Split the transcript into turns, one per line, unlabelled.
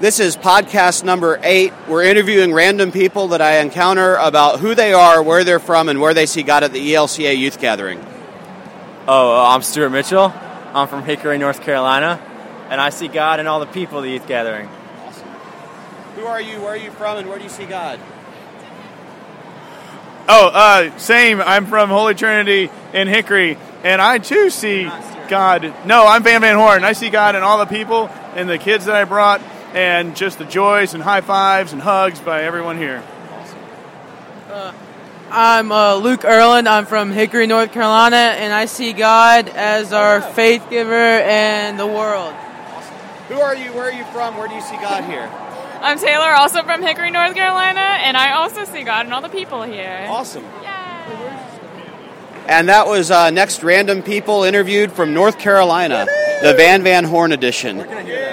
This is podcast number eight. We're interviewing random people that I encounter about who they are, where they're from, and where they see God at the E ELCA youth gathering.
Oh, I'm Stuart Mitchell. I'm from Hickory, North Carolina, and I see God in all the people of the youth gathering.
Who are you? Where are you from? And where do you see God?
Oh, uh, same. I'm from Holy Trinity in Hickory, and I too see God. No, I'm Van Van Horn. I see God in all the people and the kids that I brought, and just the joys and high fives and hugs by everyone here.
I'm uh, Luke Erland. I'm from Hickory, North Carolina, and I see God as our faith giver and the world.
Who are you? Where are you from? Where do you see God here?
I'm Taylor, also from Hickory, North Carolina, and I also see God and all the people here.
Awesome.
Yay.
And that was uh, next random people interviewed from North Carolina, the Van Van Horn edition.